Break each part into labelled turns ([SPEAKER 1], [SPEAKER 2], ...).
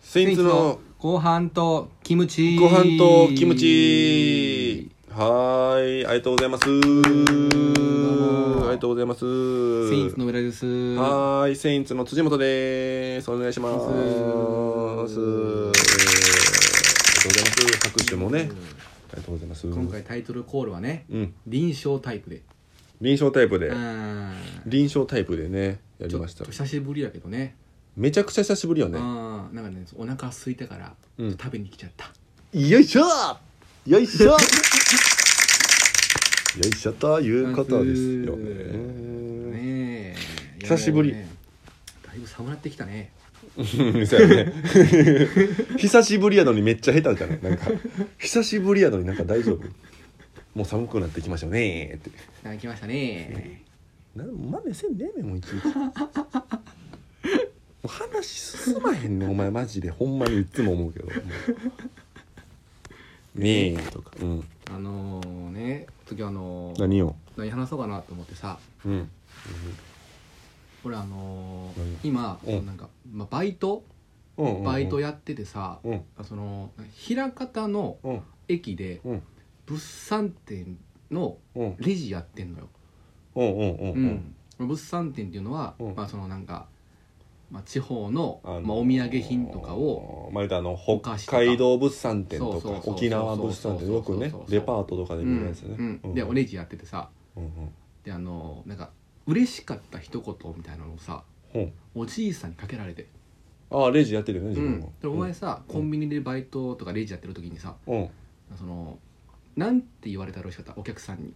[SPEAKER 1] セインツの
[SPEAKER 2] 後半とキムチ
[SPEAKER 1] ご飯とキムチはーいありがとうございます
[SPEAKER 2] どう
[SPEAKER 1] あ
[SPEAKER 2] も
[SPEAKER 1] りがとうございます
[SPEAKER 2] セインツの裏です
[SPEAKER 1] はーいセインツの辻元ですお願いしますありがとうございます拍手もねありがとうございます
[SPEAKER 2] 今回タイトルコールはね、
[SPEAKER 1] うん
[SPEAKER 2] 臨床タイプで
[SPEAKER 1] 臨床タイプで
[SPEAKER 2] うん
[SPEAKER 1] 臨床タイプでねや
[SPEAKER 2] ち
[SPEAKER 1] り
[SPEAKER 2] ょ
[SPEAKER 1] ま
[SPEAKER 2] っ
[SPEAKER 1] した
[SPEAKER 2] と久しぶりだけどね
[SPEAKER 1] めちゃくちゃ久しぶりよ
[SPEAKER 2] う
[SPEAKER 1] ね
[SPEAKER 2] んなんかねお腹空いたから、
[SPEAKER 1] うん
[SPEAKER 2] 食べに来ちゃった
[SPEAKER 3] よいしょよいしょよいしょということですよね。
[SPEAKER 2] ねえ
[SPEAKER 1] 久しぶり
[SPEAKER 2] いやもうねだいぶ寒なってきたね
[SPEAKER 1] うんそうやね久しぶりやのにめっちゃ下手じゃないなんか久しぶりやのになんか大丈夫もう寒くなってきましたよねーって
[SPEAKER 2] いただきましたね
[SPEAKER 1] なんマネせんねえねんもういちい ちもう話進まへんねんお前マジでほんまにいつも思うけ どもうねえとか、うん、
[SPEAKER 2] あのー、ね時あのー
[SPEAKER 1] 何を
[SPEAKER 2] 何話そうかなと思ってさ
[SPEAKER 1] うん
[SPEAKER 2] 俺あのー
[SPEAKER 1] 何
[SPEAKER 2] 今、
[SPEAKER 1] うん
[SPEAKER 2] なんか、まあ、バイト
[SPEAKER 1] うん
[SPEAKER 2] バイト
[SPEAKER 1] や
[SPEAKER 2] やっててさ、
[SPEAKER 1] うん
[SPEAKER 2] その枚方の
[SPEAKER 1] うん
[SPEAKER 2] 駅で
[SPEAKER 1] うん
[SPEAKER 2] 物産展の
[SPEAKER 1] うん
[SPEAKER 2] レジやってんのよ、
[SPEAKER 1] うんうんうんう
[SPEAKER 2] うんん物産展っていうのは、
[SPEAKER 1] うん
[SPEAKER 2] まあそのなんか、まあ、地方の
[SPEAKER 1] あの
[SPEAKER 2] まあ、お土産品とかを
[SPEAKER 1] まあ言うたらあの
[SPEAKER 2] お菓子と
[SPEAKER 1] 北
[SPEAKER 2] か
[SPEAKER 1] 海道物産展と
[SPEAKER 2] そうそうそう
[SPEAKER 1] か
[SPEAKER 2] そう
[SPEAKER 1] 沖縄物産展よくね
[SPEAKER 2] そうそうそう
[SPEAKER 1] デパートとかで
[SPEAKER 2] う
[SPEAKER 1] 見るや
[SPEAKER 2] ん
[SPEAKER 1] つね、
[SPEAKER 2] うんで
[SPEAKER 1] うん
[SPEAKER 2] おレジやっててさ
[SPEAKER 1] うんうん
[SPEAKER 2] であのなんか嬉しかった一言みたいなのをさ
[SPEAKER 1] ほん
[SPEAKER 2] おじいさんにかけられて、
[SPEAKER 1] ああレジやってるよね
[SPEAKER 2] う
[SPEAKER 1] 自分
[SPEAKER 2] ん
[SPEAKER 1] も、、
[SPEAKER 2] でお前さ、コンビニでバイトとかレジやってる時にさ
[SPEAKER 1] うんうん
[SPEAKER 2] そのなんて言われたら嬉しかったお客さんに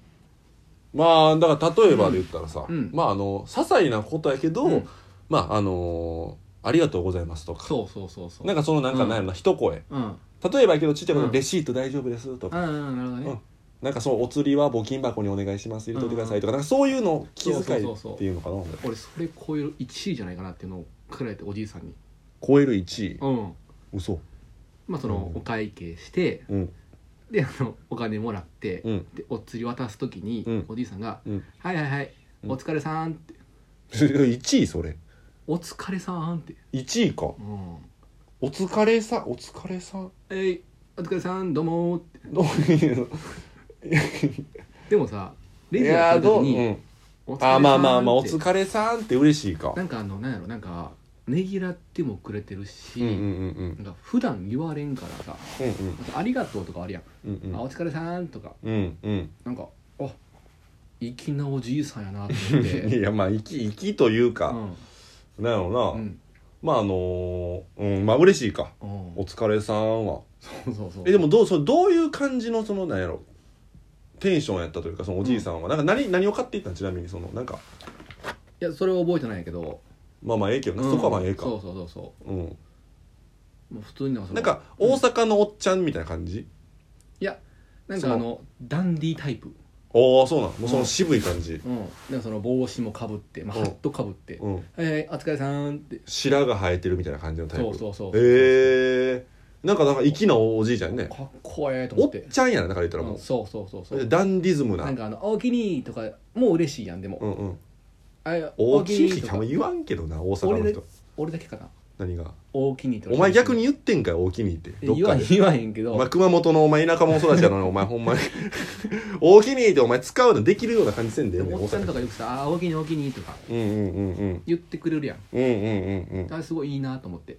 [SPEAKER 1] まあだから例えばで言ったらさ、
[SPEAKER 2] うん
[SPEAKER 1] まああの些細なことやけど、
[SPEAKER 2] うん
[SPEAKER 1] まああのーありがとうございます」とか
[SPEAKER 2] そうそうそうそう
[SPEAKER 1] なんかそのなんか
[SPEAKER 2] うん
[SPEAKER 1] なんやろな、一声
[SPEAKER 2] うん
[SPEAKER 1] 例えばやけどちっちゃいこと
[SPEAKER 2] うん
[SPEAKER 1] レシート大丈夫です」とか、
[SPEAKER 2] ああなるほどね、
[SPEAKER 1] うんなんかそうお釣りは募金箱にお願いします入れといてくださいとか,、なんかそういうの気遣いっていうのかな
[SPEAKER 2] 俺それ超える1位じゃないかなっていうのをかけられておじいさんに
[SPEAKER 1] 超える1位
[SPEAKER 2] うん
[SPEAKER 1] 嘘
[SPEAKER 2] まあその
[SPEAKER 1] うん
[SPEAKER 2] お会計して
[SPEAKER 1] うん
[SPEAKER 2] であのお金もらって
[SPEAKER 1] うん
[SPEAKER 2] でお釣り渡す時に
[SPEAKER 1] うん
[SPEAKER 2] おじいさんが
[SPEAKER 1] うん
[SPEAKER 2] 「はいはいはい
[SPEAKER 1] うん
[SPEAKER 2] お疲れさん」って
[SPEAKER 1] 1位それ
[SPEAKER 2] 「お疲れさん」って
[SPEAKER 1] 1位か
[SPEAKER 2] 「うん
[SPEAKER 1] お疲れさお疲れさん
[SPEAKER 2] えいお疲れさんどうも」って
[SPEAKER 1] どういうの
[SPEAKER 2] でもさレ
[SPEAKER 1] い
[SPEAKER 2] ジや
[SPEAKER 1] や
[SPEAKER 2] って
[SPEAKER 1] ー
[SPEAKER 2] る時
[SPEAKER 1] どう、う
[SPEAKER 2] に
[SPEAKER 1] ん、
[SPEAKER 2] 「お疲れさ
[SPEAKER 1] あ
[SPEAKER 2] ん」
[SPEAKER 1] ー
[SPEAKER 2] って
[SPEAKER 1] まあまあまあお疲れさんって嬉しいか
[SPEAKER 2] なんかあのなんやろなんかねぎらってもくれてるし、
[SPEAKER 1] うんうんうん
[SPEAKER 2] なんか普段言われんからさ
[SPEAKER 1] うんうん
[SPEAKER 2] 「ありがとう」とかあるやん「
[SPEAKER 1] うんうん
[SPEAKER 2] あお疲れさん」とか
[SPEAKER 1] うんうん
[SPEAKER 2] なんかあ粋なおじいさんやなと思っ て
[SPEAKER 1] いやまあ息息という
[SPEAKER 2] う
[SPEAKER 1] か、
[SPEAKER 2] ん
[SPEAKER 1] なんやろ
[SPEAKER 2] う
[SPEAKER 1] な、
[SPEAKER 2] ん
[SPEAKER 1] まああのーうんまあ嬉しいか
[SPEAKER 2] うん
[SPEAKER 1] お疲れさんは
[SPEAKER 2] そうそうそう
[SPEAKER 1] えでもどうそのどういう感じのそのなんやろテンションやったというかそのおじいさんは、なんか何何を買っていったんちなみにそのなんか
[SPEAKER 2] いやそれは覚えてないけど
[SPEAKER 1] まあまあええけどな、
[SPEAKER 2] うん
[SPEAKER 1] そこはまあええか
[SPEAKER 2] そうそうそうそ
[SPEAKER 1] うん、
[SPEAKER 2] うもう普通になんかそ
[SPEAKER 1] な
[SPEAKER 2] の
[SPEAKER 1] んか大阪のおっちゃんみたいな感じ、
[SPEAKER 2] いやなんかあのダンディータイプ
[SPEAKER 1] おおそうなんもうそうの
[SPEAKER 2] ん
[SPEAKER 1] 渋い感じ、
[SPEAKER 2] うんなんかその帽子もかぶってまあ
[SPEAKER 1] う
[SPEAKER 2] ハ
[SPEAKER 1] ん
[SPEAKER 2] ットかぶって
[SPEAKER 1] うん、
[SPEAKER 2] 「はいはいお疲れさん」って
[SPEAKER 1] 白が生えてるみたいな感じのタイプ
[SPEAKER 2] そうそうそう
[SPEAKER 1] えー、なんかなんか粋なおじいちゃんね
[SPEAKER 2] かっこええと
[SPEAKER 1] お
[SPEAKER 2] 思っ
[SPEAKER 1] ってちゃんやななんか言ったら
[SPEAKER 2] う
[SPEAKER 1] も
[SPEAKER 2] んそうそうそうそうう
[SPEAKER 1] ダンディズムな
[SPEAKER 2] なんかあの「おおきに」とかもう嬉しいやんでも
[SPEAKER 1] うんうん
[SPEAKER 2] 「あいや
[SPEAKER 1] 大
[SPEAKER 2] お
[SPEAKER 1] き
[SPEAKER 2] に
[SPEAKER 1] いってあんま言わんけどな大阪の
[SPEAKER 2] 俺だ
[SPEAKER 1] 人
[SPEAKER 2] 俺だけかな
[SPEAKER 1] 何が
[SPEAKER 2] 「おおきに」とか
[SPEAKER 1] お前逆に言ってんかよ大きにって
[SPEAKER 2] え
[SPEAKER 1] どっ
[SPEAKER 2] 言わ
[SPEAKER 1] か
[SPEAKER 2] ん
[SPEAKER 1] で
[SPEAKER 2] 言わへんけ
[SPEAKER 1] お
[SPEAKER 2] ど
[SPEAKER 1] 前熊本のお前田舎も育ちやのにお 前ほんまに大きにってお前使うのできるような感じせんで
[SPEAKER 2] で
[SPEAKER 1] よね
[SPEAKER 2] もおっちゃんと
[SPEAKER 1] 大阪
[SPEAKER 2] かよくさ「あー大きいに大きいに」とか
[SPEAKER 1] うんうんうんうん
[SPEAKER 2] 言ってくれるやん
[SPEAKER 1] うんうんうんうんあ
[SPEAKER 2] あれすごいいいなと思って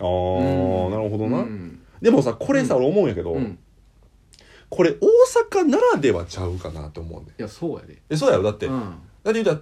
[SPEAKER 1] あー、
[SPEAKER 2] うん
[SPEAKER 1] なるほ
[SPEAKER 2] う
[SPEAKER 1] どな、
[SPEAKER 2] ん
[SPEAKER 1] でもさこれさ、俺思うんやけど、
[SPEAKER 2] うん
[SPEAKER 1] これ大阪ならではちゃうかなと思うねん
[SPEAKER 2] いやそうやで
[SPEAKER 1] えそうやろだって、
[SPEAKER 2] う
[SPEAKER 1] だ
[SPEAKER 2] ん
[SPEAKER 1] って言うたら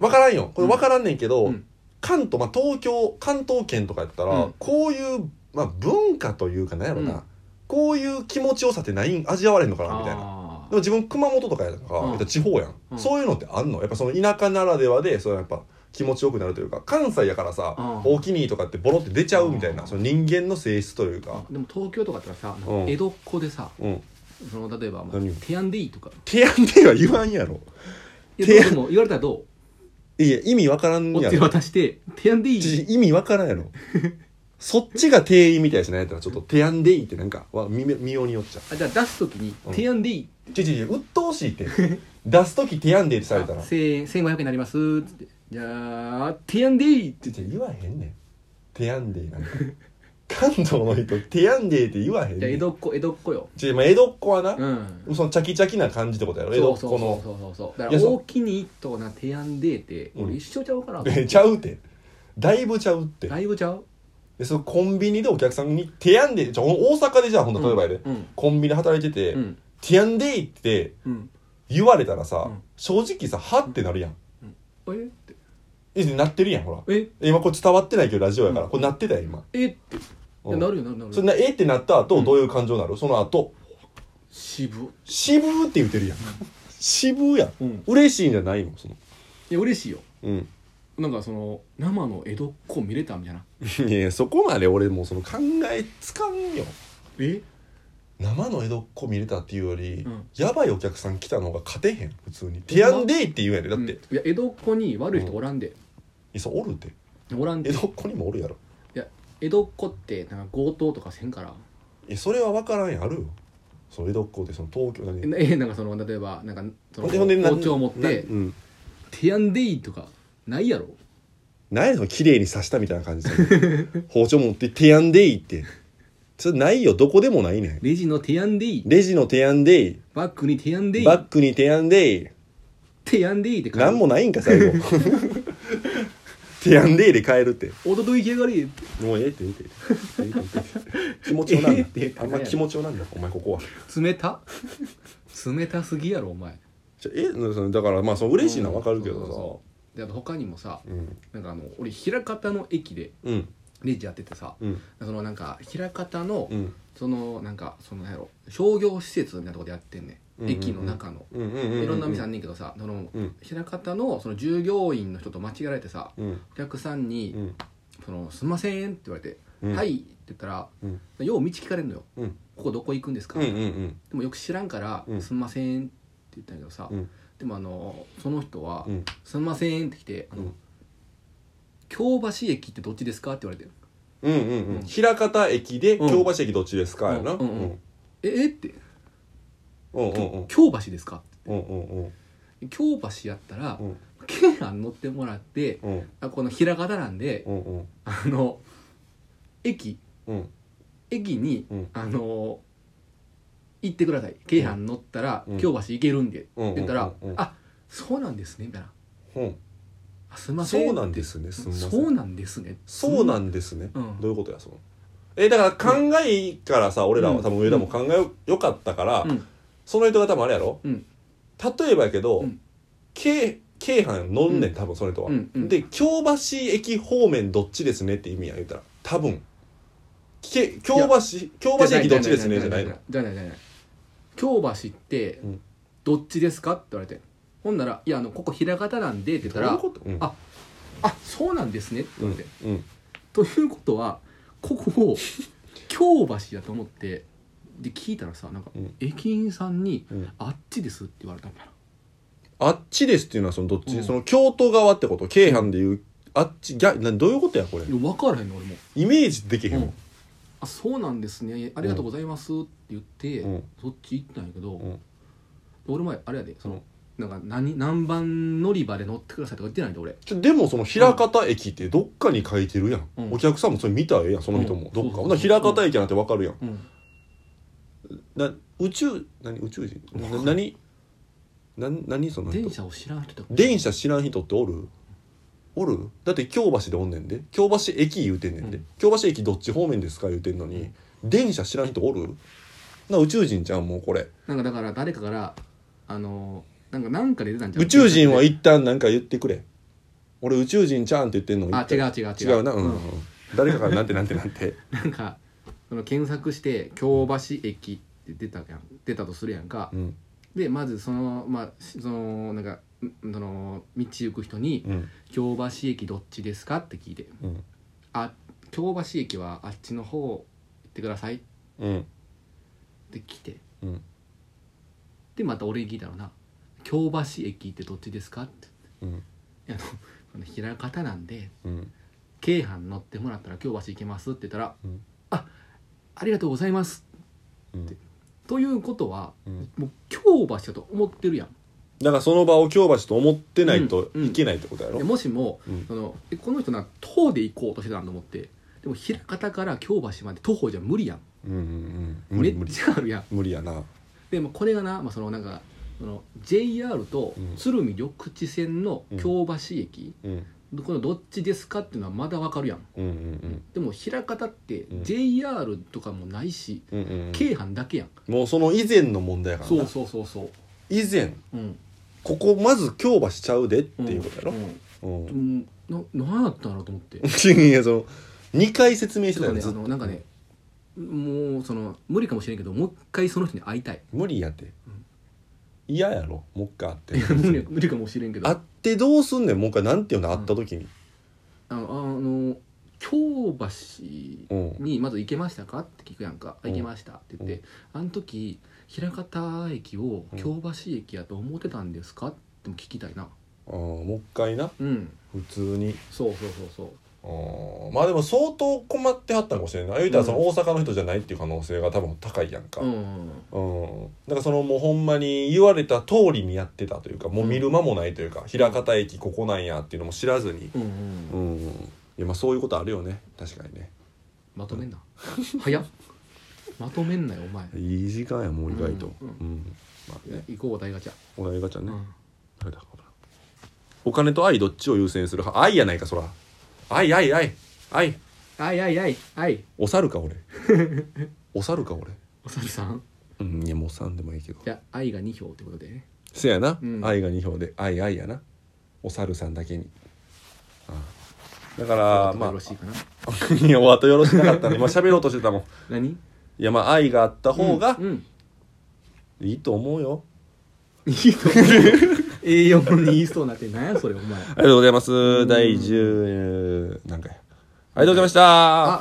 [SPEAKER 1] 分からんよこれ分からんねんけど、
[SPEAKER 2] うん
[SPEAKER 1] 関東、まあ、東京関東圏とかやったら、
[SPEAKER 2] うん
[SPEAKER 1] こういう、まあ、文化というかなんやろな、
[SPEAKER 2] うん
[SPEAKER 1] こういう気持ちよさってない味わわれんのかなみたいな
[SPEAKER 2] あ
[SPEAKER 1] でも自分熊本とかやとから、
[SPEAKER 2] うん
[SPEAKER 1] やっぱ地方やん、
[SPEAKER 2] うん
[SPEAKER 1] そういうのってあんのやっぱその田舎ならではでそれはやっぱ気持ちよくなるというか関西やからさ「
[SPEAKER 2] うん
[SPEAKER 1] 大きに」とかってボロって出ちゃうみたいな、
[SPEAKER 2] うん
[SPEAKER 1] その人間の性質というか
[SPEAKER 2] ー、でも東京とかだったらさ
[SPEAKER 1] うん
[SPEAKER 2] 江戸っ子でさ
[SPEAKER 1] うん
[SPEAKER 2] その例えばまあ
[SPEAKER 1] 何
[SPEAKER 2] 「テアンディ」とか
[SPEAKER 1] 提案では言わんやろ
[SPEAKER 2] いや
[SPEAKER 1] 提案
[SPEAKER 2] でも言われたらどう
[SPEAKER 1] いや意味わからん
[SPEAKER 2] お
[SPEAKER 1] や
[SPEAKER 2] 釣り
[SPEAKER 1] ろ
[SPEAKER 2] 渡して「テアンディ
[SPEAKER 1] ち意味わからんや ろそっちが店員みたいじゃないやったらちょっと提案でいいってなんかはみ見ようによっちゃ」
[SPEAKER 2] あじゃあ出す時に
[SPEAKER 1] うん
[SPEAKER 2] 「テアンディ
[SPEAKER 1] ちょちょちょ鬱陶しいって 出す時提案でいいって」されたらちょ
[SPEAKER 2] 千1500円になります」っつって「じゃあテアンディ」って
[SPEAKER 1] ちょ言わへんねん提案でいいなんか関東の人手やんでーって言わへん
[SPEAKER 2] じゃあ江
[SPEAKER 1] ね
[SPEAKER 2] 戸っ子江戸っ子よ
[SPEAKER 1] ちまあ江戸っ子はな
[SPEAKER 2] う、ん
[SPEAKER 1] そのチャキチャキな感じってことやろ江
[SPEAKER 2] そ
[SPEAKER 1] 戸
[SPEAKER 2] う
[SPEAKER 1] っ
[SPEAKER 2] そう
[SPEAKER 1] 子
[SPEAKER 2] そう
[SPEAKER 1] の
[SPEAKER 2] そうそうそうだ
[SPEAKER 1] い
[SPEAKER 2] か
[SPEAKER 1] や
[SPEAKER 2] ら
[SPEAKER 1] そう
[SPEAKER 2] 大きに一とな提案でーて
[SPEAKER 1] うん
[SPEAKER 2] 俺一緒ちゃうから、
[SPEAKER 1] えちゃうってだいぶちゃうって
[SPEAKER 2] だいぶちゃう
[SPEAKER 1] でそのコンビニでお客さんに「手やんでー」じゃあ大阪でじゃあほんと例えばやで、
[SPEAKER 2] うん
[SPEAKER 1] コンビニ働いてて「
[SPEAKER 2] うん
[SPEAKER 1] 手やんでー」って
[SPEAKER 2] うん
[SPEAKER 1] 言われたらさ、
[SPEAKER 2] うん
[SPEAKER 1] 正直さ「は」ってなるやん、
[SPEAKER 2] えって
[SPEAKER 1] えなってるやんほら
[SPEAKER 2] え
[SPEAKER 1] 今これ伝わってないけどラジオやから、
[SPEAKER 2] うん
[SPEAKER 1] これなってたやん今、
[SPEAKER 2] えっていや
[SPEAKER 1] うん
[SPEAKER 2] なるよなるなる
[SPEAKER 1] そんな「え」ってなった後どういう感情になる、その後
[SPEAKER 2] 渋
[SPEAKER 1] 渋ーって言ってるやん渋ーやん
[SPEAKER 2] うん
[SPEAKER 1] 嬉しいんじゃないのその
[SPEAKER 2] いや嬉しいよ
[SPEAKER 1] うん
[SPEAKER 2] なんかその生の江戸っ子見れたみたいない
[SPEAKER 1] やそこまで俺もうその考えつかんよ
[SPEAKER 2] え
[SPEAKER 1] 生の江戸っ子見れたっていうより、
[SPEAKER 2] うん
[SPEAKER 1] やばいお客さん来たのが勝てへん普通に「ティアンデイ」って言うやでだって、
[SPEAKER 2] うんいや江戸っ子に悪い人おらんで、
[SPEAKER 1] いそうおるって
[SPEAKER 2] おらん
[SPEAKER 1] 江
[SPEAKER 2] で
[SPEAKER 1] 戸っ子にもおるやろ
[SPEAKER 2] 江戸っ子ってなんか強盗とかせんから
[SPEAKER 1] えそれは分からんやんあるよその江戸っ子ってその東京何
[SPEAKER 2] ええなんかその例えばなんかそ
[SPEAKER 1] ほ
[SPEAKER 2] の
[SPEAKER 1] んでほんでなん
[SPEAKER 2] 包丁持っ
[SPEAKER 1] な
[SPEAKER 2] て
[SPEAKER 1] うん
[SPEAKER 2] 「ティアンデイ」とかないやろ
[SPEAKER 1] 何やねんその綺麗に刺したみたいな感じ で包丁持って「ティアンデイ」ってそれないよどこでもないねん
[SPEAKER 2] レジの「ティアンデイ」
[SPEAKER 1] レジの「ティアンデイ
[SPEAKER 2] バッグに「ティアンデ」イ」
[SPEAKER 1] バッグに「ティアンデイ」
[SPEAKER 2] ティアンデイ」って
[SPEAKER 1] なんもないんか最 後ティアンデイで買えるって
[SPEAKER 2] おとといきやがり
[SPEAKER 1] もうええってええっ てええってええって気持ちよなんだ
[SPEAKER 2] ええって
[SPEAKER 1] あんま気持ちよなんだお前ここは
[SPEAKER 2] 冷た冷たすぎやろお前
[SPEAKER 1] じゃえそのだからまあその嬉しいのはわかるけ
[SPEAKER 2] うんそうそう
[SPEAKER 1] ど
[SPEAKER 2] そであと他にもさ
[SPEAKER 1] さうん
[SPEAKER 2] なんかあの俺枚方の駅で
[SPEAKER 1] うん
[SPEAKER 2] レジやっててさ
[SPEAKER 1] うん
[SPEAKER 2] そのなんか枚方の
[SPEAKER 1] うん
[SPEAKER 2] そのなんかそのなんやろ商業施設みたいなとこでやってんね
[SPEAKER 1] うんんうんうん
[SPEAKER 2] 駅の中の
[SPEAKER 1] うんうんうん
[SPEAKER 2] いろんな店あんねんけどさその
[SPEAKER 1] うん
[SPEAKER 2] 枚方のその従業員の人と間違えられてさ
[SPEAKER 1] うん
[SPEAKER 2] お客さんに
[SPEAKER 1] うん
[SPEAKER 2] 「そのすんません」って言われて「
[SPEAKER 1] うん
[SPEAKER 2] はい」って言ったら
[SPEAKER 1] うん
[SPEAKER 2] よう道聞かれるのよ
[SPEAKER 1] うん
[SPEAKER 2] 「ここどこ行くんですか?」
[SPEAKER 1] うんうん
[SPEAKER 2] で
[SPEAKER 1] うん
[SPEAKER 2] もよく知らんから
[SPEAKER 1] う
[SPEAKER 2] 「
[SPEAKER 1] ん
[SPEAKER 2] すんません」って言ったんやけどさ
[SPEAKER 1] うん
[SPEAKER 2] でもあのその人は
[SPEAKER 1] う
[SPEAKER 2] 「
[SPEAKER 1] ん
[SPEAKER 2] すんません」って来てあの「京橋駅ってどっちですか?」って言われて
[SPEAKER 1] うんうんうん枚方駅で
[SPEAKER 2] うん
[SPEAKER 1] 京橋駅どっちですかやな
[SPEAKER 2] う
[SPEAKER 1] うんん
[SPEAKER 2] う
[SPEAKER 1] うん
[SPEAKER 2] うん
[SPEAKER 1] ん
[SPEAKER 2] 「ええっ?」て
[SPEAKER 1] うんうん
[SPEAKER 2] 「京橋ですか?」
[SPEAKER 1] うんうん
[SPEAKER 2] 京橋やったら
[SPEAKER 1] うん
[SPEAKER 2] 京阪乗ってもらって
[SPEAKER 1] うん
[SPEAKER 2] あこの平方なんで
[SPEAKER 1] うんうん
[SPEAKER 2] あの駅
[SPEAKER 1] うん
[SPEAKER 2] 駅に、
[SPEAKER 1] うん
[SPEAKER 2] あの行ってください京阪乗ったら、
[SPEAKER 1] うん
[SPEAKER 2] 京橋行けるんで」って
[SPEAKER 1] うん
[SPEAKER 2] 言ったら「
[SPEAKER 1] うんうん
[SPEAKER 2] あそうなんですね」みたいな
[SPEAKER 1] うん
[SPEAKER 2] 「あすいません」
[SPEAKER 1] そうなんですねすんません
[SPEAKER 2] そうなんですね
[SPEAKER 1] そうなんですね、
[SPEAKER 2] うん
[SPEAKER 1] どういうことやそのえだから考えいいからさ、俺らは多分上田も考えよ,、かったから、
[SPEAKER 2] うん
[SPEAKER 1] その人が多分あれやろ、
[SPEAKER 2] うん
[SPEAKER 1] 例えばやけど、
[SPEAKER 2] うん
[SPEAKER 1] 京京阪乗んねん多分その人は、
[SPEAKER 2] うんうん
[SPEAKER 1] で京橋駅方面どっちですねって意味や言ったら多分け京橋京橋駅どっちですねじゃないの
[SPEAKER 2] じゃないじゃない京橋って、
[SPEAKER 1] うん
[SPEAKER 2] どっちですか?」って言われてほんなら「いやあのここ平方なんで」って言った
[SPEAKER 1] どういう
[SPEAKER 2] ら
[SPEAKER 1] ことうん
[SPEAKER 2] あ「あそうなんですね」って
[SPEAKER 1] う
[SPEAKER 2] 言わ
[SPEAKER 1] ん
[SPEAKER 2] れて、
[SPEAKER 1] うん
[SPEAKER 2] ということはここ を京橋やと思ってで聞いたらさなんか
[SPEAKER 1] うん
[SPEAKER 2] 駅員さんに
[SPEAKER 1] うん
[SPEAKER 2] 「あっちです」って言われたんだな
[SPEAKER 1] あっちですっていうのはそのどっち、
[SPEAKER 2] うん
[SPEAKER 1] その京都側ってこと京阪でいうあっちギャなどういうことやこれ
[SPEAKER 2] いや分からへんの俺も
[SPEAKER 1] イメージできへんもん、
[SPEAKER 2] うん「あそうなんですねありがとうございます」って言って、
[SPEAKER 1] うん
[SPEAKER 2] そっち行ったんやけど、
[SPEAKER 1] ん
[SPEAKER 2] 俺前あれやでそ
[SPEAKER 1] うん
[SPEAKER 2] の、なんか何何番乗り場で乗ってくださいとか言ってないんで俺
[SPEAKER 1] ちょでもその枚方駅ってどっかに書いてるやん、
[SPEAKER 2] うん
[SPEAKER 1] お客さんもそれ見たらええやんその人も、
[SPEAKER 2] うん
[SPEAKER 1] どっ
[SPEAKER 2] そう
[SPEAKER 1] か
[SPEAKER 2] そう
[SPEAKER 1] ほんなら枚方駅なんてわかるやん、
[SPEAKER 2] うん
[SPEAKER 1] な宇宙何宇宙人な何何何その人
[SPEAKER 2] 電車を知らん人とか
[SPEAKER 1] 電車知らん人っておるおるだって京橋でおんねんで京橋駅言うてんねんで、
[SPEAKER 2] うん
[SPEAKER 1] 京橋駅どっち方面ですか言うてんのに、電車知らん人おるな宇宙人じゃんもうこれ
[SPEAKER 2] なんかだから誰かからあのーなんかなんかで出たんじゃう
[SPEAKER 1] 宇宙人は一旦なんか言ってくれ俺宇宙人ちゃんって言ってんの
[SPEAKER 2] あ違う違う違
[SPEAKER 1] 違
[SPEAKER 2] う
[SPEAKER 1] うなうん、うん、誰かからなんてなんてなんて
[SPEAKER 2] なんかその検索して京橋駅って出たやん出たとするやんか、
[SPEAKER 1] うん
[SPEAKER 2] でまずそのまあしそのなんかんその道行く人に
[SPEAKER 1] うん
[SPEAKER 2] 「京橋駅どっちですか?」って聞いて
[SPEAKER 1] うん
[SPEAKER 2] 「あ京橋駅はあっちの方行ってください」っ
[SPEAKER 1] うん
[SPEAKER 2] て来て
[SPEAKER 1] うん
[SPEAKER 2] でまた俺に聞いたのな「京橋駅ってどっちですか?」って
[SPEAKER 1] うん
[SPEAKER 2] 「いやあのその平方なんで
[SPEAKER 1] うん
[SPEAKER 2] 京阪乗ってもらったら京橋行けます」って言ったら「
[SPEAKER 1] うん
[SPEAKER 2] あありがとうございます」
[SPEAKER 1] うん
[SPEAKER 2] ということは
[SPEAKER 1] うん
[SPEAKER 2] もう京橋だと思ってるやん
[SPEAKER 1] だからその場を京橋と思ってないと
[SPEAKER 2] うんうん
[SPEAKER 1] いけないってことやろ、
[SPEAKER 2] でもしも
[SPEAKER 1] うん
[SPEAKER 2] そのえこの人な「東で行こうとしてたんと思ってでも枚方から京橋まで徒歩じゃ無理やん
[SPEAKER 1] うんうんうん無理無
[SPEAKER 2] めっ
[SPEAKER 1] 理
[SPEAKER 2] ちゃあるやん
[SPEAKER 1] 無理やな
[SPEAKER 2] で、まあ、これがな、まあ、そのなんかその JR と
[SPEAKER 1] うん
[SPEAKER 2] 鶴見緑地線の京橋駅、
[SPEAKER 1] うん
[SPEAKER 2] このどっちですかっていうのはまだわかるやん
[SPEAKER 1] うんうん
[SPEAKER 2] でも枚方って
[SPEAKER 1] うん
[SPEAKER 2] JR とかもないし、
[SPEAKER 1] うんうんうん
[SPEAKER 2] 京阪だけやん、
[SPEAKER 1] もうその以前の問題やから
[SPEAKER 2] そう
[SPEAKER 1] な
[SPEAKER 2] そうそうそう
[SPEAKER 1] 以前
[SPEAKER 2] うん
[SPEAKER 1] ここまず京橋ちゃうでっていうことやろうん
[SPEAKER 2] うんうん、うん、な何やったんやろうと思って
[SPEAKER 1] いやその2回説明して
[SPEAKER 2] ちょ
[SPEAKER 1] た
[SPEAKER 2] っ
[SPEAKER 1] よね
[SPEAKER 2] とね
[SPEAKER 1] ず
[SPEAKER 2] あ
[SPEAKER 1] っと
[SPEAKER 2] のなんかねもうその無理かもしれんけどもう一回その人に会いた い
[SPEAKER 1] 無理やて
[SPEAKER 2] うん
[SPEAKER 1] 嫌やろもう一回会
[SPEAKER 2] い
[SPEAKER 1] っ
[SPEAKER 2] や
[SPEAKER 1] て
[SPEAKER 2] 無理無理かもしれんけど
[SPEAKER 1] 会ってどうすんねんもう一回なんていうの会った時に
[SPEAKER 2] あのあの京橋
[SPEAKER 1] うん
[SPEAKER 2] にまず行けましたかって聞くやんか「
[SPEAKER 1] う
[SPEAKER 2] あ
[SPEAKER 1] ん
[SPEAKER 2] 行けました」って言って「あの時枚方駅を京橋駅やと思ってたんですか?」っても聞きたいな
[SPEAKER 1] あーもう一回な
[SPEAKER 2] うん
[SPEAKER 1] 普通に
[SPEAKER 2] そうそうそうそう
[SPEAKER 1] あーまあでも相当困ってはったんかもしれんない言うたらその
[SPEAKER 2] うん
[SPEAKER 1] 大阪の人じゃないっていう可能性が多分高いやんか、
[SPEAKER 2] うん
[SPEAKER 1] うん、だからそのもうほんまに言われた通りにやってたというかもう見る間もないというか、枚方駅ここなんやっていうのも知らずに、
[SPEAKER 2] うんう
[SPEAKER 1] うんんいやまあそういうことあるよね確かにね
[SPEAKER 2] まとめんな 早っまとめんなよお前
[SPEAKER 1] いい時間やもう意外とう、
[SPEAKER 2] うんん
[SPEAKER 1] まあね
[SPEAKER 2] 行こう大ガチャ
[SPEAKER 1] お題ガチャね、
[SPEAKER 2] うん
[SPEAKER 1] 誰だほらお金と愛どっちを優先する派愛やないかそら愛愛愛愛
[SPEAKER 2] あいあいあいあい
[SPEAKER 1] お猿 か俺お猿か俺
[SPEAKER 2] おさるさん
[SPEAKER 1] うんいやもう3でもいいけど
[SPEAKER 2] じゃあ愛が2票ってことでね
[SPEAKER 1] せやな、
[SPEAKER 2] うん
[SPEAKER 1] 愛が2票で愛愛やなお猿さんだけにああだからま
[SPEAKER 2] よ
[SPEAKER 1] あ
[SPEAKER 2] ろしいかな、
[SPEAKER 1] いや、お後よろしなかったね。今喋ろうとしてたもん。
[SPEAKER 2] 何
[SPEAKER 1] いや、まあ、愛があった方が
[SPEAKER 2] うんうん
[SPEAKER 1] いいと思うよ。
[SPEAKER 2] いいと思うよ A4 に言いそうになってなんやそれお前
[SPEAKER 1] ありがとうございます。第10、なんかや。ありがとうございました。
[SPEAKER 2] あ